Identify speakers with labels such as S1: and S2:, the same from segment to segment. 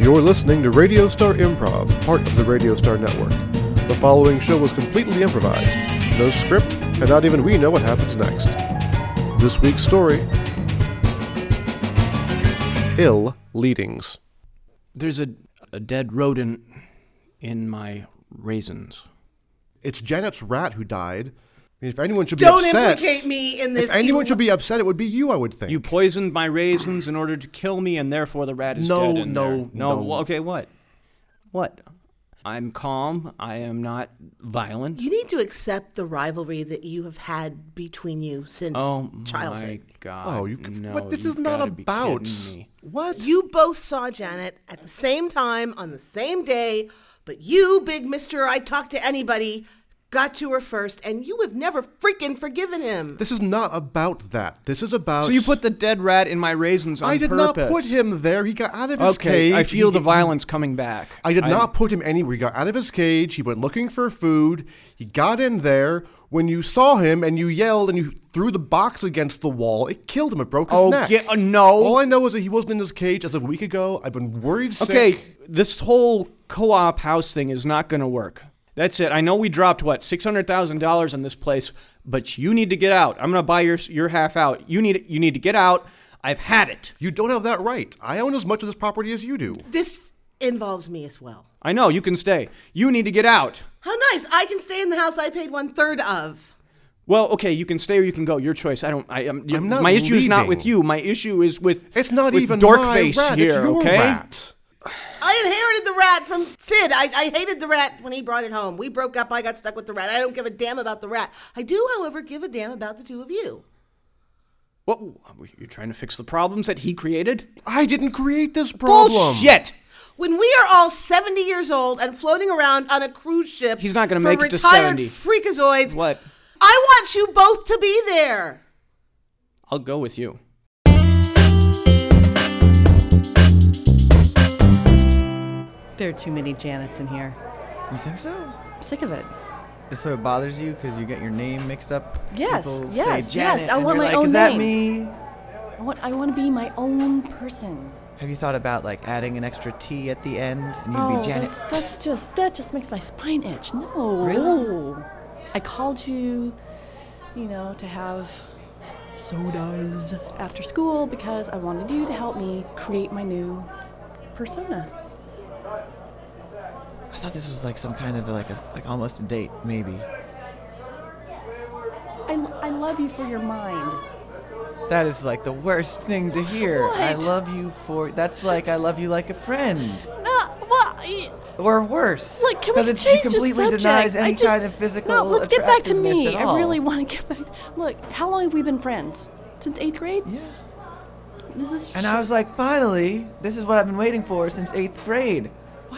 S1: You're listening to Radio Star Improv, part of the Radio Star Network. The following show was completely improvised, no script, and not even we know what happens next. This week's story Ill Leadings.
S2: There's a, a dead rodent in my raisins.
S1: It's Janet's rat who died. I mean, if anyone should be
S3: Don't
S1: upset,
S3: implicate me in this.
S1: if anyone
S3: evil-
S1: should be upset, it would be you, I would think.
S2: You poisoned my raisins in order to kill me, and therefore the rat is
S1: No,
S2: dead. in
S1: no,
S2: there. no,
S1: no.
S2: well, Okay, what? What? I'm calm. I am not violent.
S3: You need to accept the rivalry that you have had between you since
S2: oh my
S3: childhood.
S2: god!
S1: oh, you.
S2: No,
S1: what this
S2: you
S1: is not
S2: gotta be
S1: about.
S2: kidding me.
S1: What?
S3: You both saw Janet at the same time on the same day, but you, big Mister, I talk to anybody, got to her first, and you have never freaking forgiven him.
S1: This is not about that. This is about.
S2: So you put the dead rat in my raisins on
S1: I did
S2: purpose.
S1: not put him there. He got out of his
S2: Okay,
S1: cage.
S2: I feel
S1: He-
S2: the violence coming back.
S1: I did not put him anywhere. He got out of his cage. He went looking for food. He got in there. When you saw him and you yelled and you threw the box against the wall, it killed him. It broke his
S2: Oh,
S1: neck.
S2: get- uh, no.
S1: All I know is that he wasn't in his cage as of a week ago. I've been worried sick.
S2: Okay, this whole co-op house thing is not going to work. That's it. I know we dropped what six hundred thousand dollars on this place, but you need to get out. I'm going to buy your your half out. You need you need to get out. I've had it.
S1: You don't have that right. I own as much of this property as you do.
S3: This involves me as well.
S2: I know you can stay. You need to get out.
S3: How nice! I can stay in the house I paid one third of.
S2: Well, okay, you can stay or you can go. Your choice. I don't. I am.
S1: I'm not
S2: my issue is not
S1: leaving.
S2: with you. My issue is with.
S1: It's not
S2: with
S1: even my
S2: Dorkface
S1: rat.
S2: here.
S1: it's your
S2: okay.
S1: rat.
S3: I inherited the rat from Sid. I, I hated the rat when he brought it home. We broke up. I got stuck with the rat. I don't give a damn about the rat. I do, however, give a damn about the two of you.
S2: What? You're trying to fix the problems that he created.
S1: I didn't create this problem.
S2: Bullshit.
S3: When we are all 70 years old and floating around on a cruise ship,
S2: He's not gonna
S3: for
S2: make it to
S3: retired
S2: 70.
S3: Freakazoids.
S2: What?
S3: I want you both to be there.
S2: I'll go with you.
S4: There are too many Janets in here.
S5: You think so?
S4: I'm sick of it.
S5: So it bothers you because you get your name mixed up.
S4: Yes,
S5: People
S4: yes,
S5: say
S4: yes,
S5: Janet,
S4: I
S5: and
S4: want
S5: you're
S4: my
S5: like,
S4: own
S5: Is that
S4: name."
S5: me?
S4: I want, I want to be my own person.
S5: Have you thought about like adding an extra T at the end and you'd be Janet?
S4: Oh, that's, that's just that just makes my spine itch. No,
S5: Really?
S4: I called you, you know, to have sodas after school because I wanted you to help me create my new persona.
S5: I thought this was like some kind of like a like almost a date maybe.
S4: I, I love you for your mind.
S5: That is like the worst thing to hear. I
S4: What?
S5: love you for that's like I love you like a friend
S4: No, well, I-
S5: or worse.
S4: Look, can we
S5: 'Cause
S4: change
S5: it's- it
S4: the
S5: completely
S4: subject?
S5: denies
S4: I
S5: any
S4: just,
S5: kind of physical
S4: No, let's get back to
S5: attractiveness
S4: me.
S5: at
S4: I really
S5: all.
S4: want to get back. Look, how long have we been friends? Since eighth grade.
S5: Yeah.
S4: This is.
S5: And I was like, finally, this is what I've been waiting for since eighth grade.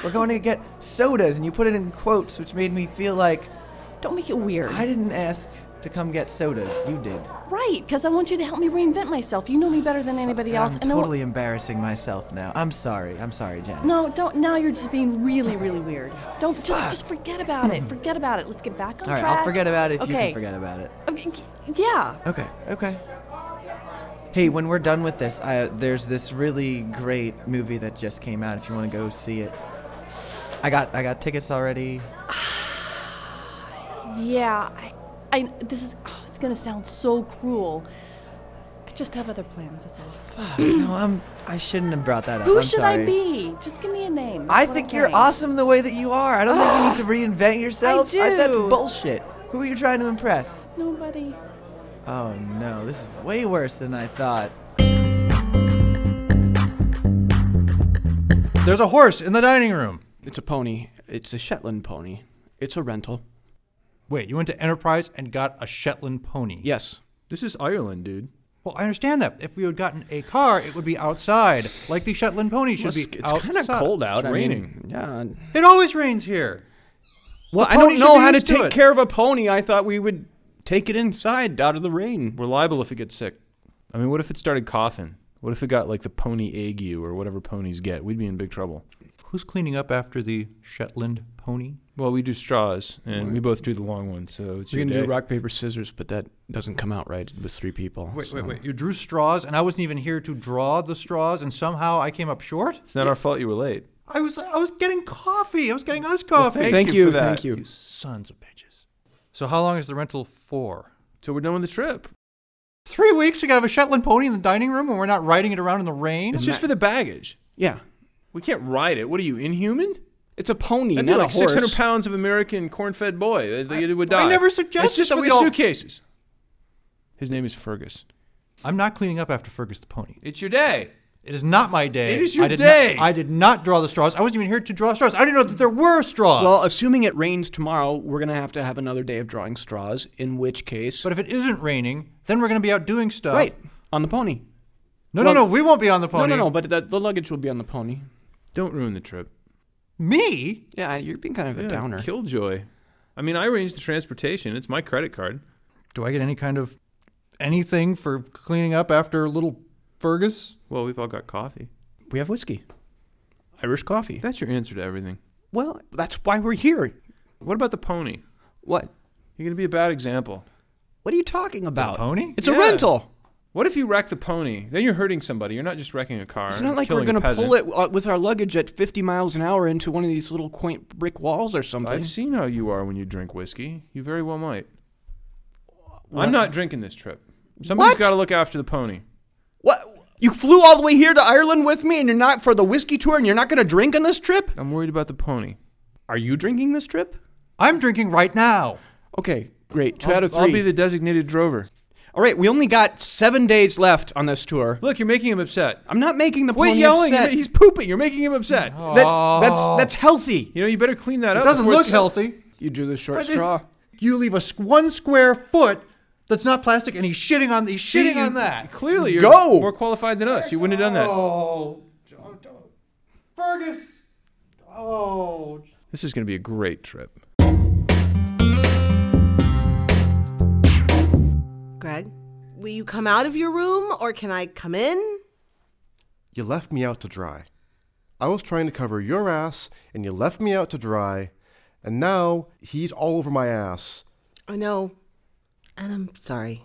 S5: We're going to get sodas, and you put it in quotes, which made me feel like
S4: don't make it weird.
S5: I didn't ask to come get sodas. You did.
S4: right, because I want you to help me reinvent myself. You know me better than anybody else.
S5: I'm
S4: I want-
S5: totally embarrassing myself now. I'm sorry. I'm sorry, Jen.
S4: No, don't. Now you're just being really, really weird. Don't just, just forget about it. Forget about it. Let's get back on
S5: All right,
S4: track.
S5: I'll forget about it if you
S4: Okay.
S5: can forget about it.
S4: Okay, g- yeah.
S5: Okay. Okay. Hey, when we're done with this, I, there's this really great movie that just came out. If you want to go see it, I got I got tickets already.
S4: Yeah, I, I this is oh, it's gonna sound so cruel. I just have other plans. That's all.
S5: no, I'm I shouldn't have brought that up.
S4: Who
S5: I'm
S4: should I
S5: sorry.
S4: be? Just give me a name.
S5: I
S4: That's what
S5: think
S4: I'm
S5: you're
S4: saying.
S5: awesome the way that you are. I don't think you need to reinvent yourself. that's
S4: do.
S5: bullshit. Who are you trying to impress?
S4: Nobody.
S5: Oh no, this is way worse than I thought.
S6: There's a horse in the dining room.
S2: It's a pony. It's a Shetland pony. It's a rental.
S6: Wait, you went to Enterprise and got a Shetland pony.
S2: Yes.
S7: This is Ireland, dude.
S6: Well, I understand that. If we had gotten a car, it would be outside, like the Shetland pony
S2: Well,
S6: should be.
S2: It's kind of
S6: outside.
S2: cold out.
S7: It's
S2: I
S7: raining.
S2: Mean, yeah.
S6: It always rains here.
S2: Well,
S6: The
S2: I don't
S6: pony should
S2: know
S6: be
S2: how to
S6: used to
S2: take
S6: it.
S2: care of a pony. I thought we would take it inside out of the rain.
S7: We're liable if it gets sick. I mean, what if it started coughing? What if it got like the pony ague or whatever ponies get? We'd be in big trouble.
S6: Who's cleaning up after the Shetland pony?
S7: Well, we do straws, and we both do the long one, so it's
S2: We're
S7: your
S2: gonna do
S7: day.
S2: rock paper scissors, but that doesn't come out right with three people.
S6: Wait,
S2: so-
S6: wait, wait. You drew straws, and I wasn't even here to draw the straws, and somehow I came up short?
S7: It's not our fault you were late.
S6: I was I was getting coffee. I was getting us coffee.
S7: thank Thank you you for for that.
S2: Thank you.
S6: You sons of bitches. So how long is the rental for?
S7: Till we're done with the trip.
S6: Three weeks. We gotta have a Shetland pony in the dining room, and we're not riding it around in the rain.
S7: It's just for the baggage.
S2: Yeah.
S7: We can't ride it. What are you, inhuman?
S2: It's a pony,
S7: That'd be
S2: not
S7: like
S2: a horse.
S7: 600 pounds of American corn-fed boy. Uh, They, they would
S6: I
S7: die.
S6: never suggested
S7: It's just
S6: that
S7: for
S6: we
S7: the
S6: all-
S7: suitcases. His name is Fergus.
S6: I'm not cleaning up after Fergus the pony.
S7: It's your day.
S6: It is not my day.
S7: It is your
S6: I did
S7: day.
S6: Not, I did not draw the straws. I wasn't even here to draw straws. I didn't know that there were straws.
S2: Well, uh, assuming it rains tomorrow, we're going to have to have another day of drawing straws, in which case.
S6: but if it isn't raining, then we're gonna be out doing
S7: uh,
S6: stuff.
S2: right, on the pony.
S6: No,
S2: Well-
S6: no, no. We won't be on the pony.
S2: No, no, no, but the, the luggage will be on the pony.
S7: Don't ruin the trip.
S6: Me?
S2: Yeah, you're being kind of a
S7: Yeah,
S2: downer.
S7: Killjoy. I mean, I arranged the transportation. It's my credit card.
S6: Do I get any kind of anything for cleaning up after little Fergus?
S7: Well, we've all got coffee.
S2: we have whiskey, Irish coffee.
S7: That's your answer to everything.
S2: well, that's why we're here.
S7: What about the pony?
S2: What?
S7: You're going to be a bad example.
S2: What are you talking about?
S6: pony?
S2: It's a
S7: Yeah.
S2: rental.
S7: What if you wreck the pony? Then you're hurting somebody. You're not just wrecking a car.
S2: It's
S7: and
S2: not like we're
S7: killing a
S2: going to pull it
S7: peasant.
S2: uh, with our luggage at 50 miles an hour into one of these little quaint brick walls or something.
S7: I've seen how you are when you drink whiskey. You very well might. I'm not drinking this trip. Somebody's
S2: What?
S7: got to look after the pony.
S2: What? You flew all the way here to Ireland with me and you're not for the whiskey tour and you're not going to drink on this trip?
S7: I'm worried about the pony.
S2: Are you drinking this trip?
S6: I'm drinking right now.
S2: Okay, great. 2 out of 3
S7: I'll be the designated drover.
S2: All right, we only got seven days left on this tour.
S7: Look, you're making him upset.
S2: I'm not making the
S7: Quit
S2: pony
S7: yelling.
S2: upset.
S7: He's pooping. You're making him upset.
S2: That- that's that's healthy.
S7: You know, you better clean that
S6: It
S7: up.
S6: doesn't
S7: before
S6: look
S7: it's-
S6: healthy.
S2: You drew the short
S6: But it- You leave a s- one square foot that's not plastic, and he's shitting on he's
S7: See,
S6: shitting
S7: you-
S6: on that.
S7: Clearly, you're
S2: Go!
S7: more qualified than us. You wouldn't have done that.
S6: Oh, oh, oh. Fergus. Oh,
S7: This is going to be a great trip.
S3: Greg, will you come out of your room or can I come in?
S1: You left me out to dry. I was trying to cover your ass, and you left me out to dry, and now he's all over my ass.
S3: I know. And I'm sorry.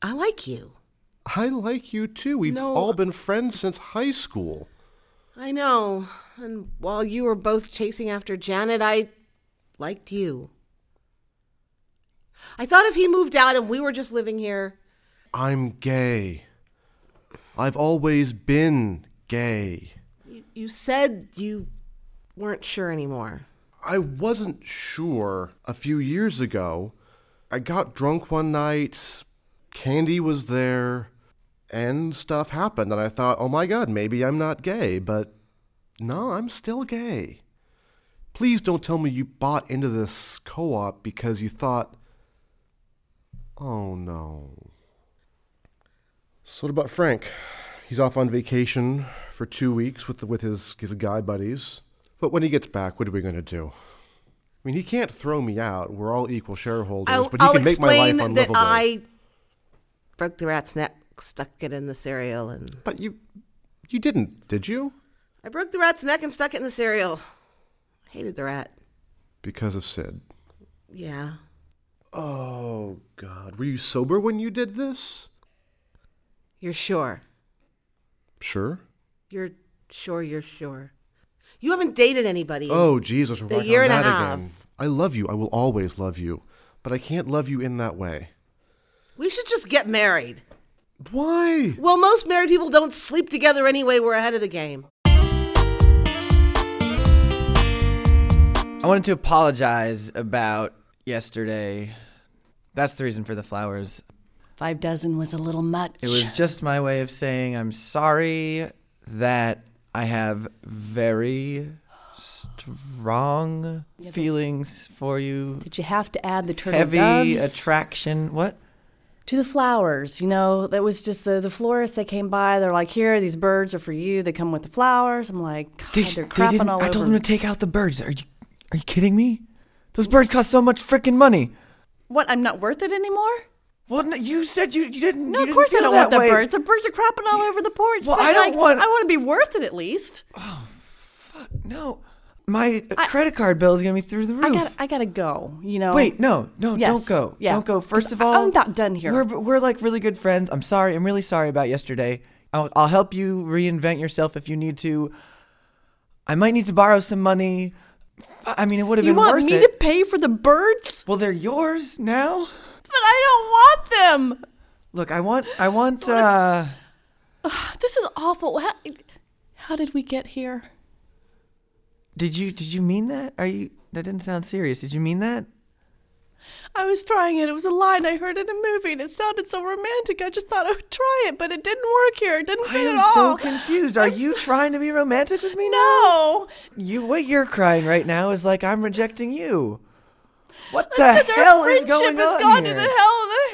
S3: I like you.
S1: I like you too. We've
S3: No.
S1: all been friends since high school.
S3: I know. And while you were both chasing after Janet, I liked you. I thought if he moved out and we were just living here,
S1: I'm gay. I've always been gay.
S3: you, you said you weren't sure anymore.
S1: I wasn't sure a few years ago. I got drunk one night, candy was there, and stuff happened. And I thought, oh my god, maybe I'm not gay, but no, I'm still gay. Please don't tell me you bought into this co op because you thought, oh no. So, what about Frank? He's off on vacation for two weeks with, with his, his guy buddies. But when he gets back, what are we going to do? I mean, he can't throw me out. We're all equal shareholders,
S3: I'll,
S1: but he
S3: I'll
S1: can make my life
S3: explain
S1: unlivable.
S3: that I broke the rat's neck, stuck it in the cereal, and
S1: But you, you didn't, did you?
S3: I broke the rat's neck and stuck it in the cereal. Hated the rat.
S1: Because of Sid.
S3: Yeah.
S1: Oh God, were you sober when you did this?
S3: You're sure.
S1: Sure.
S3: You're sure you're sure. You haven't dated anybody.
S1: Oh Jesus, we're
S3: The
S1: back
S3: year
S1: on
S3: and a
S1: that
S3: half.
S1: again. I love you. I will always love you, but I can't love you in that way.
S3: We should just get married.
S1: Why?
S3: Well, most married people don't sleep together anyway. We're ahead of the game.
S5: I wanted to apologize about yesterday. That's the reason for the flowers.
S4: Five dozen was a little much.
S5: It was just my way of saying I'm sorry that I have very strong feelings for you.
S4: Did you have to add the turtle
S5: Heavy
S4: doves
S5: attraction. What?
S4: to the flowers? You know, that was just the the florist that came by. They're like, "Here, these birds are for you. They come with the flowers." I'm like, God,
S5: s-
S4: they, are crapping
S5: didn't-
S4: all
S5: I
S4: over.
S5: told them to take out the birds. Are you are you kidding me? Those birds cost so much freaking money.
S4: what? I'm not worth it anymore?
S5: Well, no, you said you, you didn't.
S4: No,
S5: you
S4: of
S5: didn't
S4: course I
S5: feel
S4: don't want
S5: that
S4: the
S5: way.
S4: birds. The birds are crapping all over the porch.
S5: Well,
S4: but,
S5: I don't
S4: like,
S5: want-
S4: I want to be worth it at least.
S5: No, my uh credit card bill is gonna be through the roof.
S4: I got. I gotta go. You know.
S5: Wait, no, no,
S4: Yes,
S5: don't go.
S4: yeah.
S5: Don't go. First of
S4: 'Cause
S5: all,
S4: I'm not done here.
S5: We're, we're like really good friends. I'm sorry. I'm really sorry about yesterday. I'll, I'll help you reinvent yourself if you need to. I might need to borrow some money. I I mean, it would have
S4: You
S5: been
S4: want
S5: worth
S4: me
S5: it.
S4: to pay for the birds?
S5: well, they're yours now.
S4: But I don't want them.
S5: Look, I want, I want. uh,
S4: This is awful. How, how did we get here?
S5: did you, did you mean that? Are you? That didn't sound serious. Did you mean that?
S4: I was trying it. It was a line I heard in a movie, and it sounded so romantic. I just thought I would try it, but it didn't work here. It didn't
S5: I
S4: fit
S5: am
S4: at all.
S5: so confused. Are you trying to be romantic with me now?
S4: No,
S5: You, what you're crying right now is like I'm rejecting you. What the
S4: because
S5: hell
S4: our
S5: is
S4: friendship
S5: going
S4: has
S5: on
S4: gone
S5: here?
S4: to the hell of the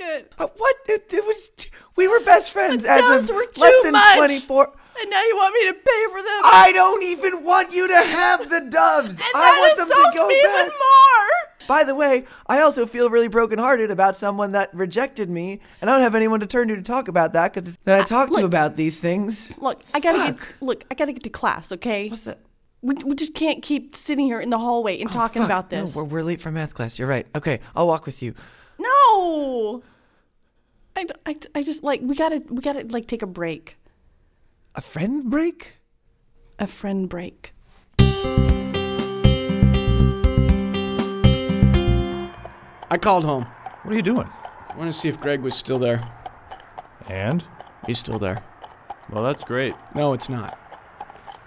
S4: handbasket.
S5: Uh, what? It, it was. T- we were best friends
S4: The
S5: as
S4: doves
S5: of
S4: were
S5: less
S4: too
S5: than
S4: much.
S5: 24.
S4: And now you want me to pay for them?
S5: I don't even want you to have the doves.
S4: and
S5: I
S4: that
S5: want them to
S4: insults
S5: go
S4: me
S5: back.
S4: even more.
S5: By the way, I also feel really brokenhearted about someone that rejected me, and I don't have anyone to turn to to talk about that because that I talk
S4: Ah,
S5: to
S4: look-
S5: about these things.
S4: Look, I gotta get. Look, I gotta get to class. Okay,
S5: What's that?
S4: we, we just can't keep sitting here in the hallway and talking
S5: Oh, Fuck,
S4: about this.
S5: No, we're, we're late for math class. You're right. Okay, I'll walk with you.
S4: No. I, d- I d- I just like we gotta we gotta like take a break,
S5: A friend break?
S4: a friend break.
S2: I called home.
S6: What are you doing?
S2: I want to see if Greg was still there.
S6: And?
S2: He's still there.
S7: Well, that's great.
S2: No, it's not.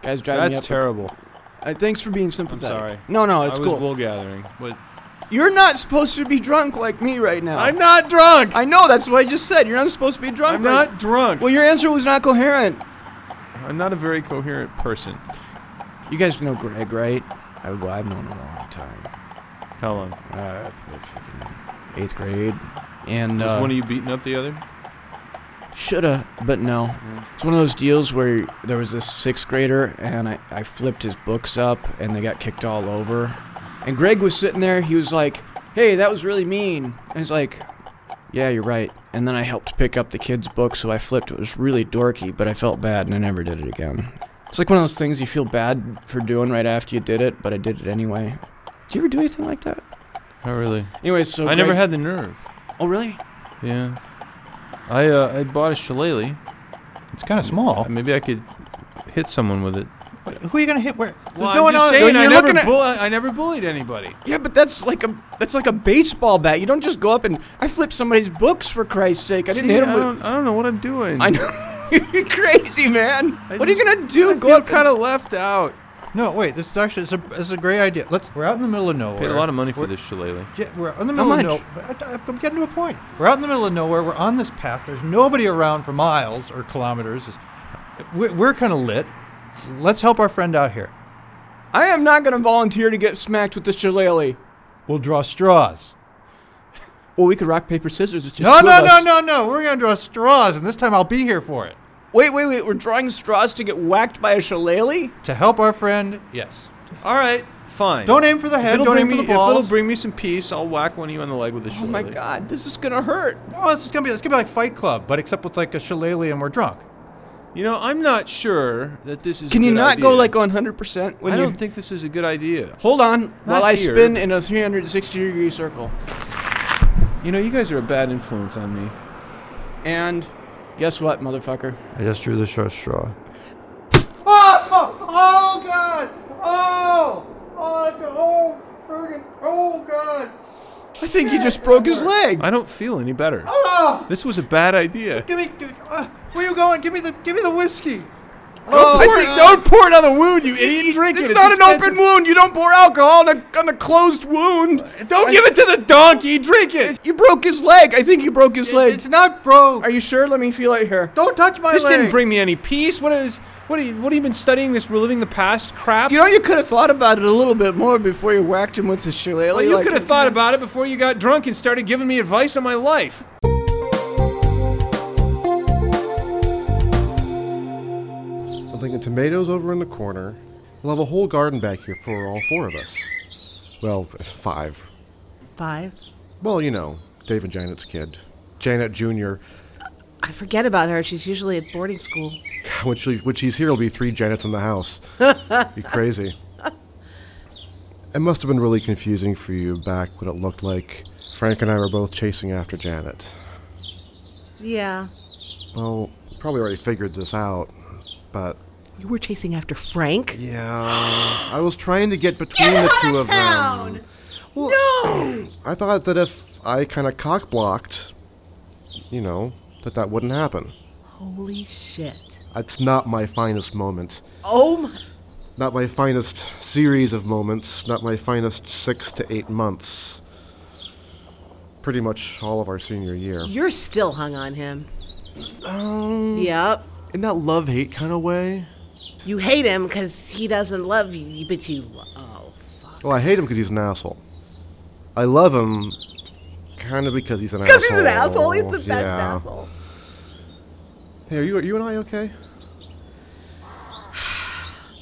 S2: Guy's driving me up.
S7: That's terrible.
S2: Uh, thanks for being sympathetic.
S7: sorry.
S2: No, no, it's
S7: I
S2: cool.
S7: was wool gathering. But
S2: You're not supposed to be drunk like me right now.
S7: I'm not drunk.
S2: I know that's what I just said. You're not supposed to be drunk.
S7: I'm
S2: right-
S7: not drunk.
S2: Well, your answer was not coherent.
S7: I'm not a very coherent person.
S2: You guys know Greg, right? I, well, I've known him a long time.
S7: How long?
S2: Uh, freaking eighth grade, and
S7: Was
S2: uh,
S7: one of you beating up the other?
S2: Shoulda, but no.
S7: Mm-hmm.
S2: It's one of those deals where there was this sixth grader, and I, I flipped his books up, and they got kicked all over. And Greg was sitting there. He was like, "Hey, that was really mean." I was like, "Yeah, you're right." And then I helped pick up the kid's book, so I flipped. It was really dorky, but I felt bad, and I never did it again. It's like one of those things you feel bad for doing right after you did it, but I did it anyway. Do you ever do anything like that?
S7: Not really.
S2: Anyway, so
S7: I never
S2: Greg-
S7: had the nerve.
S2: Oh, really?
S7: Yeah. I uh, I bought a shillelagh.
S6: It's kind of small.
S7: Maybe I could hit someone with it.
S6: Wait, who are you gonna hit? Where? There's
S7: Well,
S6: no
S7: I'm
S6: one
S7: just
S6: on.
S7: saying,
S2: when
S7: I
S2: you're
S7: never,
S2: looking at-
S7: bull- I I never bullied anybody.
S2: Yeah, but that's like a that's like a baseball bat. You don't just go up and I flipped somebody's books for Christ's sake. I didn't
S7: See,
S2: hit him.
S7: I
S2: with,
S7: don't, I don't know what I'm doing.
S2: I know you're crazy, man.
S7: I
S2: what are
S7: just-
S2: you gonna do?
S7: I
S2: go
S7: feel
S2: up
S7: kind of left out.
S6: No, wait. This is actually it's a, this is a great idea. Let's. We're out in the middle of nowhere.
S7: Paid a lot of money for
S6: We're-
S7: this shillelagh.
S6: Yeah, we're out in the middle
S2: much?
S6: of nowhere. I'm getting to a point. We're out in the middle of nowhere. We're on this path. There's nobody around for miles or kilometers. It's- We're, we're kind of lit. Let's help our friend out here.
S2: I am not gonna volunteer to get smacked with the shillelagh.
S6: We'll draw straws.
S2: Well, we could rock paper scissors. It's just
S6: No,
S2: two
S6: no,
S2: of
S6: no,
S2: us.
S6: no, no. We're gonna draw straws, and this time I'll be here for it
S2: Wait, wait, wait. We're drawing straws to get whacked by a shillelagh.
S6: to help our friend. Yes.
S7: All right, fine.
S6: Don't aim for the head.
S7: If it'll
S6: Don't
S7: bring
S6: aim for
S7: me,
S6: the balls.
S7: If it'll bring me some peace, I'll whack one of you on the leg with a eh?
S2: Oh
S7: shillelagh.
S2: my God, this is gonna hurt.
S6: Oh, it's just gonna be it's gonna be like Fight Club, but except with like a shillelagh and we're drunk.
S7: You know, I'm not sure that this is. a
S2: Can you
S7: good
S2: not go
S7: idea.
S2: like 100 percent when
S7: I
S2: you?
S7: don't think this is a good idea.
S2: Hold on while I
S7: here.
S2: spin in a 360 degree circle.
S7: You know, you guys are a bad influence on me.
S2: And guess what, motherfucker?
S6: I just drew the short straw.
S5: Oh, oh, oh God! Oh! Oh, that's, oh, Fergus! Oh God!
S2: I think he just broke his leg.
S7: I don't feel any better.
S5: Oh!
S7: This was a bad idea.
S5: Give me, give me uh,
S6: Ah,
S5: where you going? Give me the, give me the whiskey.
S2: Don't
S7: I
S2: pour
S7: think,
S2: it-
S7: don't pour it on the wound, you idiot! Drink
S2: It's
S7: it.
S2: not an
S7: expensive.
S2: open wound. You don't pour alcohol on a, on a closed wound.
S7: Don't give it to the donkey. Drink it.
S2: You broke his leg. I think you broke his leg.
S6: It's not broke.
S2: Are you sure? Let me feel it here.
S6: Don't touch my
S7: This
S6: leg.
S7: didn't bring me any peace. What is? What are you? What have you been studying? This reliving the past crap.
S2: You know, you could have thought about it a little bit more before you whacked him with the shillelagh.
S7: Well, you
S2: like-
S7: could have thought about it before you got drunk and started giving me advice on my life.
S1: So I'm thinking tomatoes over in the corner. We'll have a whole garden back here for all four of us. Well, five.
S3: Five.
S1: Well, you know, Dave and Janet's kid. Janet Jr.
S3: I forget about her. She's usually at boarding school.
S1: When, she, when she's here, it'll be three Janets in the house. be crazy. It must have been really confusing for you back when it looked like Frank and I were both chasing after Janet.
S3: Yeah.
S1: Well, probably already figured this out, but
S3: You were chasing after Frank?
S1: yeah, I was trying to get between the two of them.
S3: No!
S1: I thought that if I kind of cock blocked, you know, that that wouldn't happen.
S3: Holy shit.
S1: It's not my finest moment.
S3: Oh my.
S1: Not my finest series of moments. Not my finest six to eight months. Pretty much all of our senior year.
S3: You're still hung on him.
S1: Um.
S3: Yep.
S1: In that love hate kind of way.
S3: You hate him because he doesn't love you, but you. Oh, fuck.
S1: Well, I hate him because he's an asshole. I love him kind of because he's an asshole.
S3: Because he's an asshole. He's the best
S1: Oh, Yeah.
S3: asshole.
S1: Hey, are you, are you and I okay?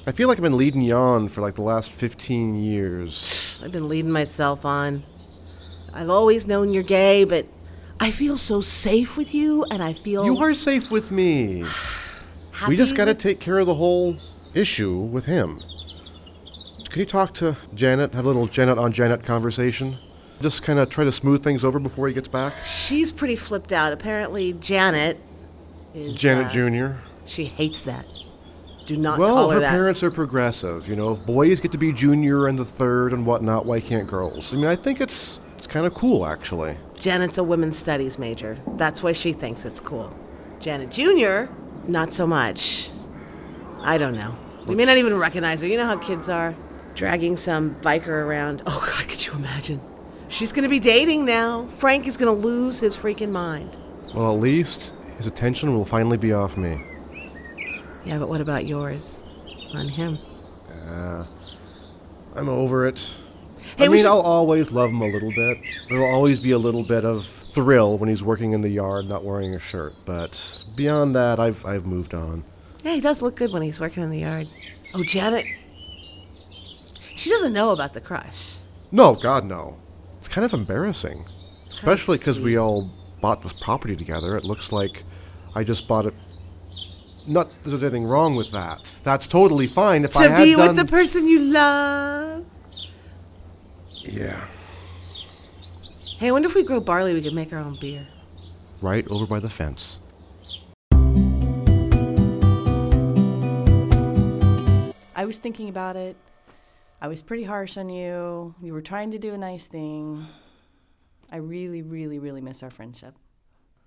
S1: I feel like I've been leading you on for like the last 15 years.
S3: I've been leading myself on. I've always known you're gay, but I feel so safe with you, and I feel
S1: You are safe with me.
S3: happy
S1: We just got to
S3: with-
S1: take care of the whole issue with him. Can you talk to Janet? Have a little Janet on Janet conversation? Just kind of try to smooth things over before he gets back.
S3: She's pretty flipped out. Apparently, Janet. Is,
S1: Janet
S3: uh,
S1: Jr.
S3: She hates that. Do not
S1: Well,
S3: call her,
S1: her
S3: that.
S1: parents are progressive. You know, if boys get to be junior and the third and whatnot, why can't girls? I mean, I think it's it's kind of cool, actually.
S3: Janet's a women's studies major. That's why she thinks it's cool. Janet Jr., not so much. I don't know. You may not even recognize her. You know how kids are. Dragging some biker around. Oh, God, could you imagine? She's going to be dating now. Frank is going to lose his freaking mind.
S1: Well, at least his attention will finally be off me.
S3: Yeah, but what about yours? On him.
S1: I'm over it. I
S3: Hey, we
S1: mean,
S3: should-
S1: I'll always love him a little bit. There'll always be a little bit of thrill when he's working in the yard, not wearing a shirt. But beyond that, I've I've moved on.
S3: Yeah, he does look good when he's working in the yard. Oh, Janet. She doesn't know about the crush.
S1: No, God, no. It's kind of embarrassing, especially because we
S3: sweet.
S1: all bought this property together. It looks like I just bought it. Not that there's anything wrong with that. That's totally fine. If I
S3: to
S1: had
S3: be
S1: done,
S3: with the person you love.
S1: yeah,
S3: Hey, I wonder if we grow barley, we could make our own beer.
S1: right over by the fence.
S4: I was thinking about it. I was pretty harsh on you. You were trying to do a nice thing. I really, really, really miss our friendship.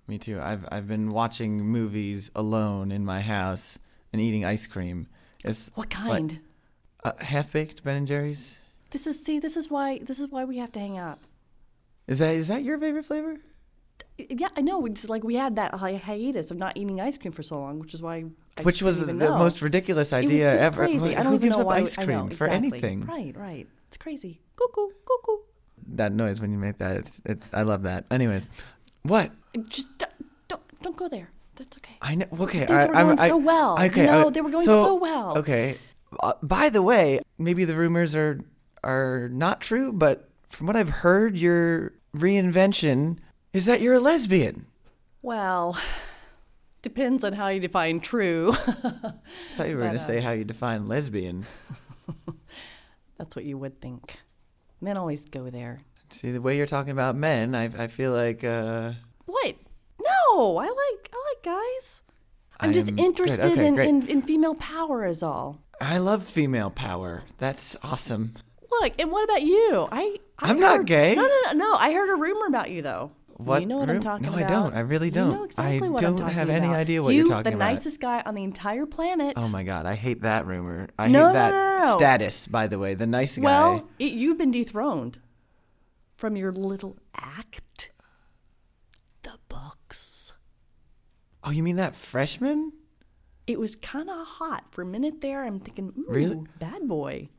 S5: Me too. I've I've been watching movies alone in my house and eating ice cream. It's
S4: What kind?
S5: uh, half baked Ben and Jerry's.
S4: This is see. This is why. This is why we have to hang out.
S5: Is that is that your favorite flavor?
S4: I- Yeah, I know. It's like we had that hi- hiatus of not eating ice cream for so long, which is why. I
S5: Which was the
S4: didn't even know.
S5: most ridiculous
S4: It was-
S5: idea
S4: it's
S5: ever.
S4: Crazy.
S5: Who
S4: I don't even
S5: gives
S4: know
S5: up
S4: why
S5: ice
S4: I
S5: cream
S4: know,
S5: for
S4: exactly.
S5: anything?
S4: Right, right. It's crazy. Cuckoo, cuckoo.
S5: That noise when you make that. It's, it, I love that. Anyways, what
S4: Uh, Just don't, don't, don't go there. That's okay.
S5: I know. Okay,
S4: Things
S5: I,
S4: were
S5: I'm-
S4: going
S5: I-
S4: so well, you
S5: Okay, I-
S4: know, they were going so well.
S5: Okay. Uh, by the way, maybe the rumors are are not true, but from what I've heard, your reinvention is that you're a lesbian.
S4: Well, depends on how you define true.
S5: I thought you were going to
S4: uh,
S5: say how you define lesbian.
S4: That's what you would think. Men always go there.
S5: See the way you're talking about men, I I feel like uh,
S4: What? No, I like I like guys. I'm
S5: I
S4: just
S5: am- great,
S4: interested
S5: okay,
S4: in,
S5: great.
S4: in, in female power is all.
S5: I love female power. That's awesome.
S4: Look, and what about you? I, I
S5: I'm not
S4: heard-
S5: gay.
S4: No, no, no, no. I heard a rumor about you though.
S5: What
S4: You know what I'm
S5: room-
S4: talking
S5: No, I
S4: about.
S5: don't. I really
S4: You
S5: don't.
S4: know
S5: I
S4: exactly what I'm
S5: don't
S4: talking
S5: have any
S4: about.
S5: idea what
S4: you,
S5: you're talking
S4: the
S5: about.
S4: nicest guy on the entire planet.
S5: Oh my god, I hate that rumor. I
S4: No, no,
S5: hate that
S4: no, no, no.
S5: status. By the way, the nice guy.
S4: Well, it, you've been dethroned from your little act. The books.
S5: oh, you mean that freshman?
S4: It was kind of hot for a minute there. I'm thinking, ooh,
S5: Really?
S4: bad boy.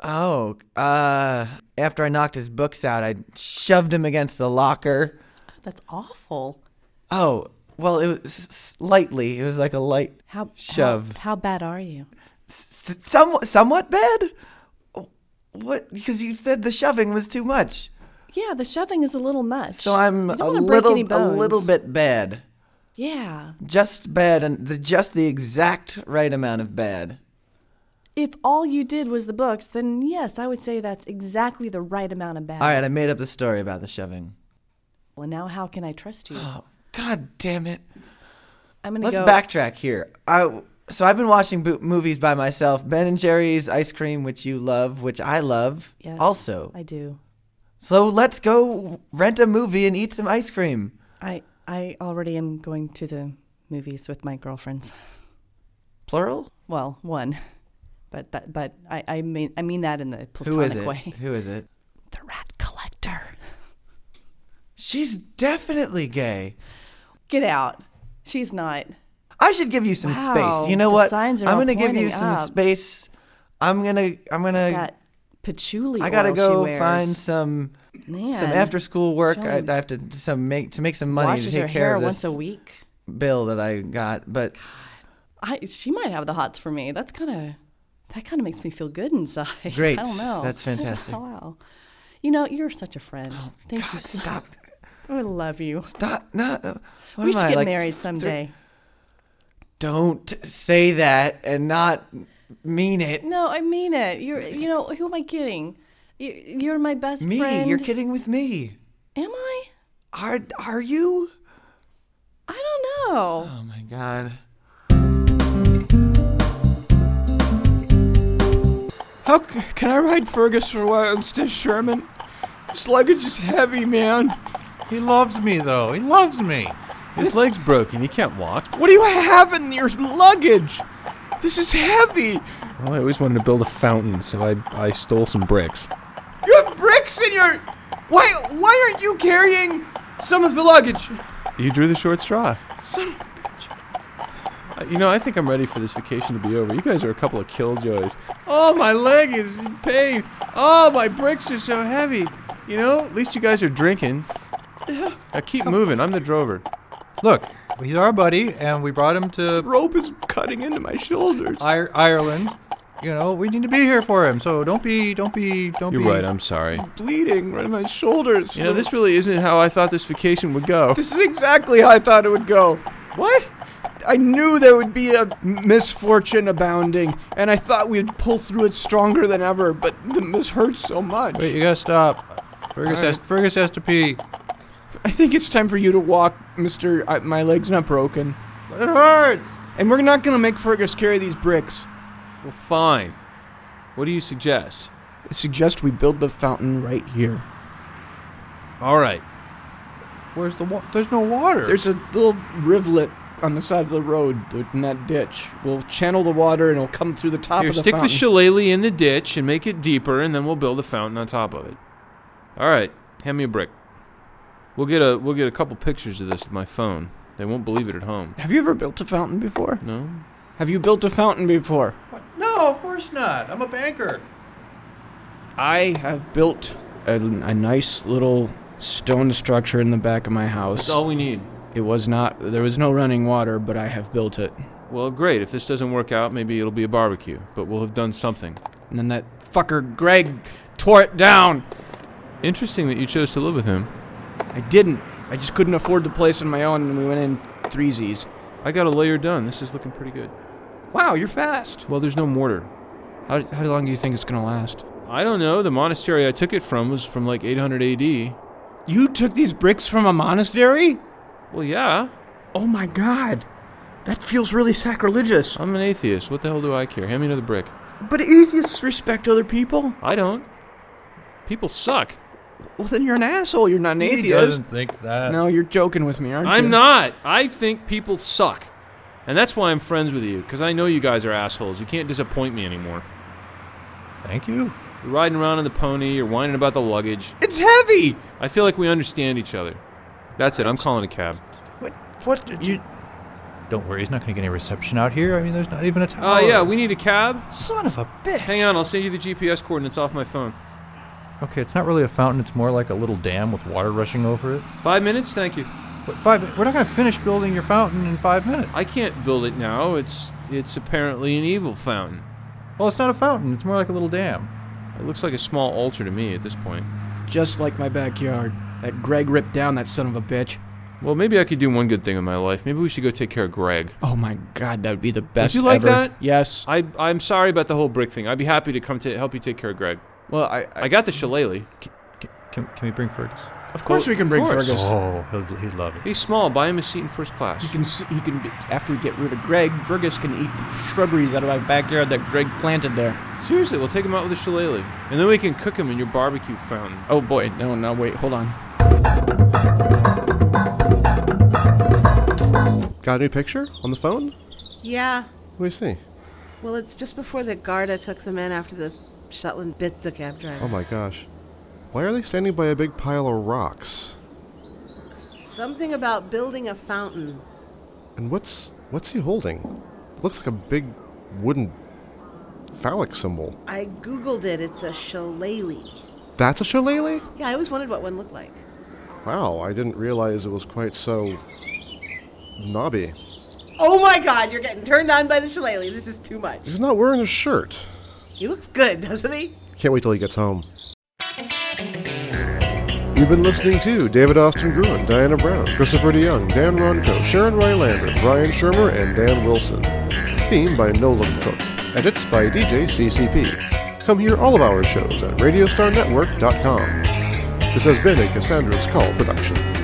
S5: Oh, uh, after I knocked his books out, I shoved him against the locker.
S4: That's awful.
S5: Oh, well, it was slightly. It was like a light
S4: How
S5: shove.
S4: How, how bad are you?
S5: S- somewhat, somewhat bad. What? Because you said the shoving was too much.
S4: Yeah, the shoving is a little much.
S5: So I'm
S4: You
S5: a
S4: don't wanna break
S5: little,
S4: any
S5: a little
S4: bones.
S5: bit bad.
S4: Yeah.
S5: Just bad, and the, just the exact right amount of bad.
S4: If all you did was the books, then yes, I would say that's exactly the right amount of bad.
S5: All right, I made up the story about the shoving.
S4: Well, now how can I trust you?
S5: Oh, God damn it.
S4: I'm gonna
S5: Let's
S4: go.
S5: backtrack here. I so I've been watching bo- movies by myself. Ben and Jerry's Ice Cream, which you love, which I love,
S4: Yes,
S5: also.
S4: I do.
S5: So let's go rent a movie and eat some ice cream.
S4: I I already am going to the movies with my girlfriends.
S5: Plural?
S4: Well, one, but that but I I mean I mean that in the platonic
S5: Who is it?
S4: way.
S5: Who is it?
S4: The rat collector.
S5: She's definitely gay.
S4: Get out. She's not.
S5: I should give you some
S4: Wow,
S5: space. You know
S4: the
S5: what?
S4: signs are
S5: I'm
S4: all
S5: gonna give you
S4: pointing
S5: some
S4: up.
S5: space. I'm gonna. I'm gonna.
S4: That patchouli.
S5: I gotta
S4: oil she
S5: go
S4: wears.
S5: find some
S4: Man,
S5: some after school work.
S4: she
S5: I,
S4: only
S5: I have to some make to make some money to
S4: washes
S5: take
S4: her
S5: care
S4: hair
S5: of this
S4: once a week.
S5: bill that I got. But
S4: I she might have the hots for me. That's kind of that kind of makes me feel good inside.
S5: Great.
S4: I don't know. Oh,
S5: That's fantastic. Oh
S4: wow. You know, you're such a friend. Thank you.
S5: God,
S4: So,
S5: stop,
S4: I love you.
S5: stop, no. no. What
S4: we
S5: am
S4: should
S5: I,
S4: get
S5: like,
S4: married
S5: th-
S4: someday.
S5: Don't say that and not mean it.
S4: no, I mean it. You're you know who am I kidding? You, you're my best
S5: Me,
S4: friend.
S5: you're kidding with me.
S4: Am I?
S5: Are are you?
S4: I don't know.
S5: Oh my god.
S2: How c- can I ride Fergus for a while instead of Sherman? This luggage is heavy, man.
S6: He loves me though. He loves me.
S7: His leg's broken. He can't walk.
S2: What do you have in your luggage? This is heavy.
S7: Well, I always wanted to build a fountain, so I I stole some bricks.
S2: You have bricks in your. Why? Why aren't you carrying some of the luggage?
S7: You drew the short straw.
S2: Son of a bitch.
S7: Uh, You know, I think I'm ready for this vacation to be over. You guys are a couple of killjoys. Oh, my leg is in pain. Oh, my bricks are so heavy. You know, at least you guys are drinking. Now keep moving. I'm the drover.
S6: Look, he's our buddy, and we brought him to
S2: Rope is cutting into my shoulders.
S6: Ir- Ireland. You know, we need to be here for him. So don't be, don't be, don't
S7: You're
S6: be.
S7: right. I'm sorry.
S2: bleeding right in my shoulders.
S7: You know, this really isn't how I thought this vacation would go.
S2: This is exactly how I thought it would go. What? I knew there would be a misfortune abounding, and I thought we'd pull through it stronger than ever, but the miss hurts so much.
S6: Wait, you gotta stop. Fergus has Fergus has to pee.
S2: I think it's time for you to walk, Mister. I, my leg's not broken,
S6: It hurts.
S2: and we're not gonna make Fergus carry these bricks.
S7: Well, fine. What do you suggest?
S2: I suggest we build the fountain right here.
S7: All right.
S6: Where's the water? There's no water.
S2: There's a little rivulet on the side of the road in that ditch. We'll channel the water, and it'll come through the top
S7: Here,
S2: of the
S7: stick
S2: fountain.
S7: the shillelagh in the ditch and make it deeper, and then we'll build a fountain on top of it. All right, hand me a brick. We'll get a we'll get a couple pictures of this with my phone. They won't believe it at home.
S2: Have you ever built a fountain before?
S7: No.
S2: Have you built a fountain before?
S6: What? No, of course not. I'm a banker.
S2: I have built a, a nice little stone structure in the back of my house.
S7: That's all we need.
S2: It was not, there was no running water, but I have built it.
S7: Well, great. If this doesn't work out, maybe it'll be a barbecue, but we'll have done something.
S2: And then that fucker Greg tore it down.
S7: Interesting that you chose to live with him.
S2: I didn't. I just couldn't afford the place on my own, and we went in threesies.
S7: I got a layer done. This is looking pretty good.
S2: Wow, you're fast.
S7: Well, there's no mortar.
S2: How, how long do you think it's gonna last?
S7: I don't know. The monastery I took it from was from like 800 AD.
S2: You took these bricks from a monastery?
S7: Well, yeah.
S2: Oh my god. That feels really sacrilegious.
S7: I'm an atheist. What the hell do I care? Hand me another brick.
S2: But atheists respect other people.
S7: I don't. People suck.
S2: Well, then you're an asshole. You're not an
S6: He doesn't think that.
S2: No, you're joking with me, aren't you?
S7: Uh, I'm not. I think people suck. And that's why I'm friends with you, because I know you guys are assholes. You can't disappoint me anymore.
S6: Thank you.
S7: You're riding around on the pony, you're whining about the luggage.
S2: It's heavy.
S7: I feel like we understand each other. That's it, I'm calling a cab.
S5: What? What?
S7: You
S6: Don't worry, he's not gonna get any reception out here. I mean, there's not even a tower.
S7: Oh yeah, we need a cab.
S5: Son of a bitch.
S7: Hang on, I'll send you the GPS coordinates off my phone.
S6: Okay, it's not really a fountain. It's more like a little dam with water rushing over it.
S7: Five minutes, thank you.
S6: But five. We're not gonna finish building your fountain in five minutes.
S7: I can't build it now. It's it's apparently an evil fountain.
S6: well, it's not a fountain. It's more like a little dam.
S7: It looks like a small altar to me at this point.
S2: Just like my backyard. That Greg ripped down that son of a bitch.
S7: Well, maybe I could do one good thing in my life. Maybe we should go take care of Greg.
S2: Oh my god, that would be the best.
S7: you like
S2: ever.
S7: that?
S2: Yes.
S7: I, I'm sorry about the whole brick thing. I'd be happy to come to help you take care of Greg.
S2: Well, I,
S7: I got the shillelagh.
S6: Can, can we bring Fergus?
S7: Of course we can bring
S2: course.
S7: Fergus.
S6: Oh, he'll, he'd love it.
S7: He's small. Buy him a seat in first class.
S2: He can s- he can be- after we get rid of Greg, Fergus can eat the shrubberies out of my backyard that Greg planted there.
S7: Seriously, we'll take him out with a shillelagh, and then we can cook him in your barbecue fountain.
S2: Oh boy, no, no, wait, hold on.
S1: Got a new picture on the phone?
S8: Yeah.
S1: Let me see.
S8: Well, it's just before the Garda took them in after the Shetland bit the cab driver.
S1: Oh my gosh. Why are they standing by a big pile of rocks?
S8: Something about building a fountain.
S1: And what's what's he holding? Looks like a big wooden phallic symbol.
S8: I googled it. It's a shillelagh.
S1: That's a shillelagh?
S8: Yeah, I always wondered what one looked like.
S1: Wow, I didn't realize it was quite so knobby.
S8: Oh my God! You're getting turned on by the shillelagh. This is too much.
S1: He's not wearing a shirt.
S8: He looks good, doesn't he?
S1: Can't wait till he gets home. You've been listening to David Austin Gruen, Diana Brown, Christopher DeYoung, Dan Ronco, Sharon Rylander, Brian Shermer, and Dan Wilson. Theme by Nolan Cook. Edits by DJ CCP. Come hear all of our shows at RadiostarNetwork.com. This has been a Cassandra's Call production.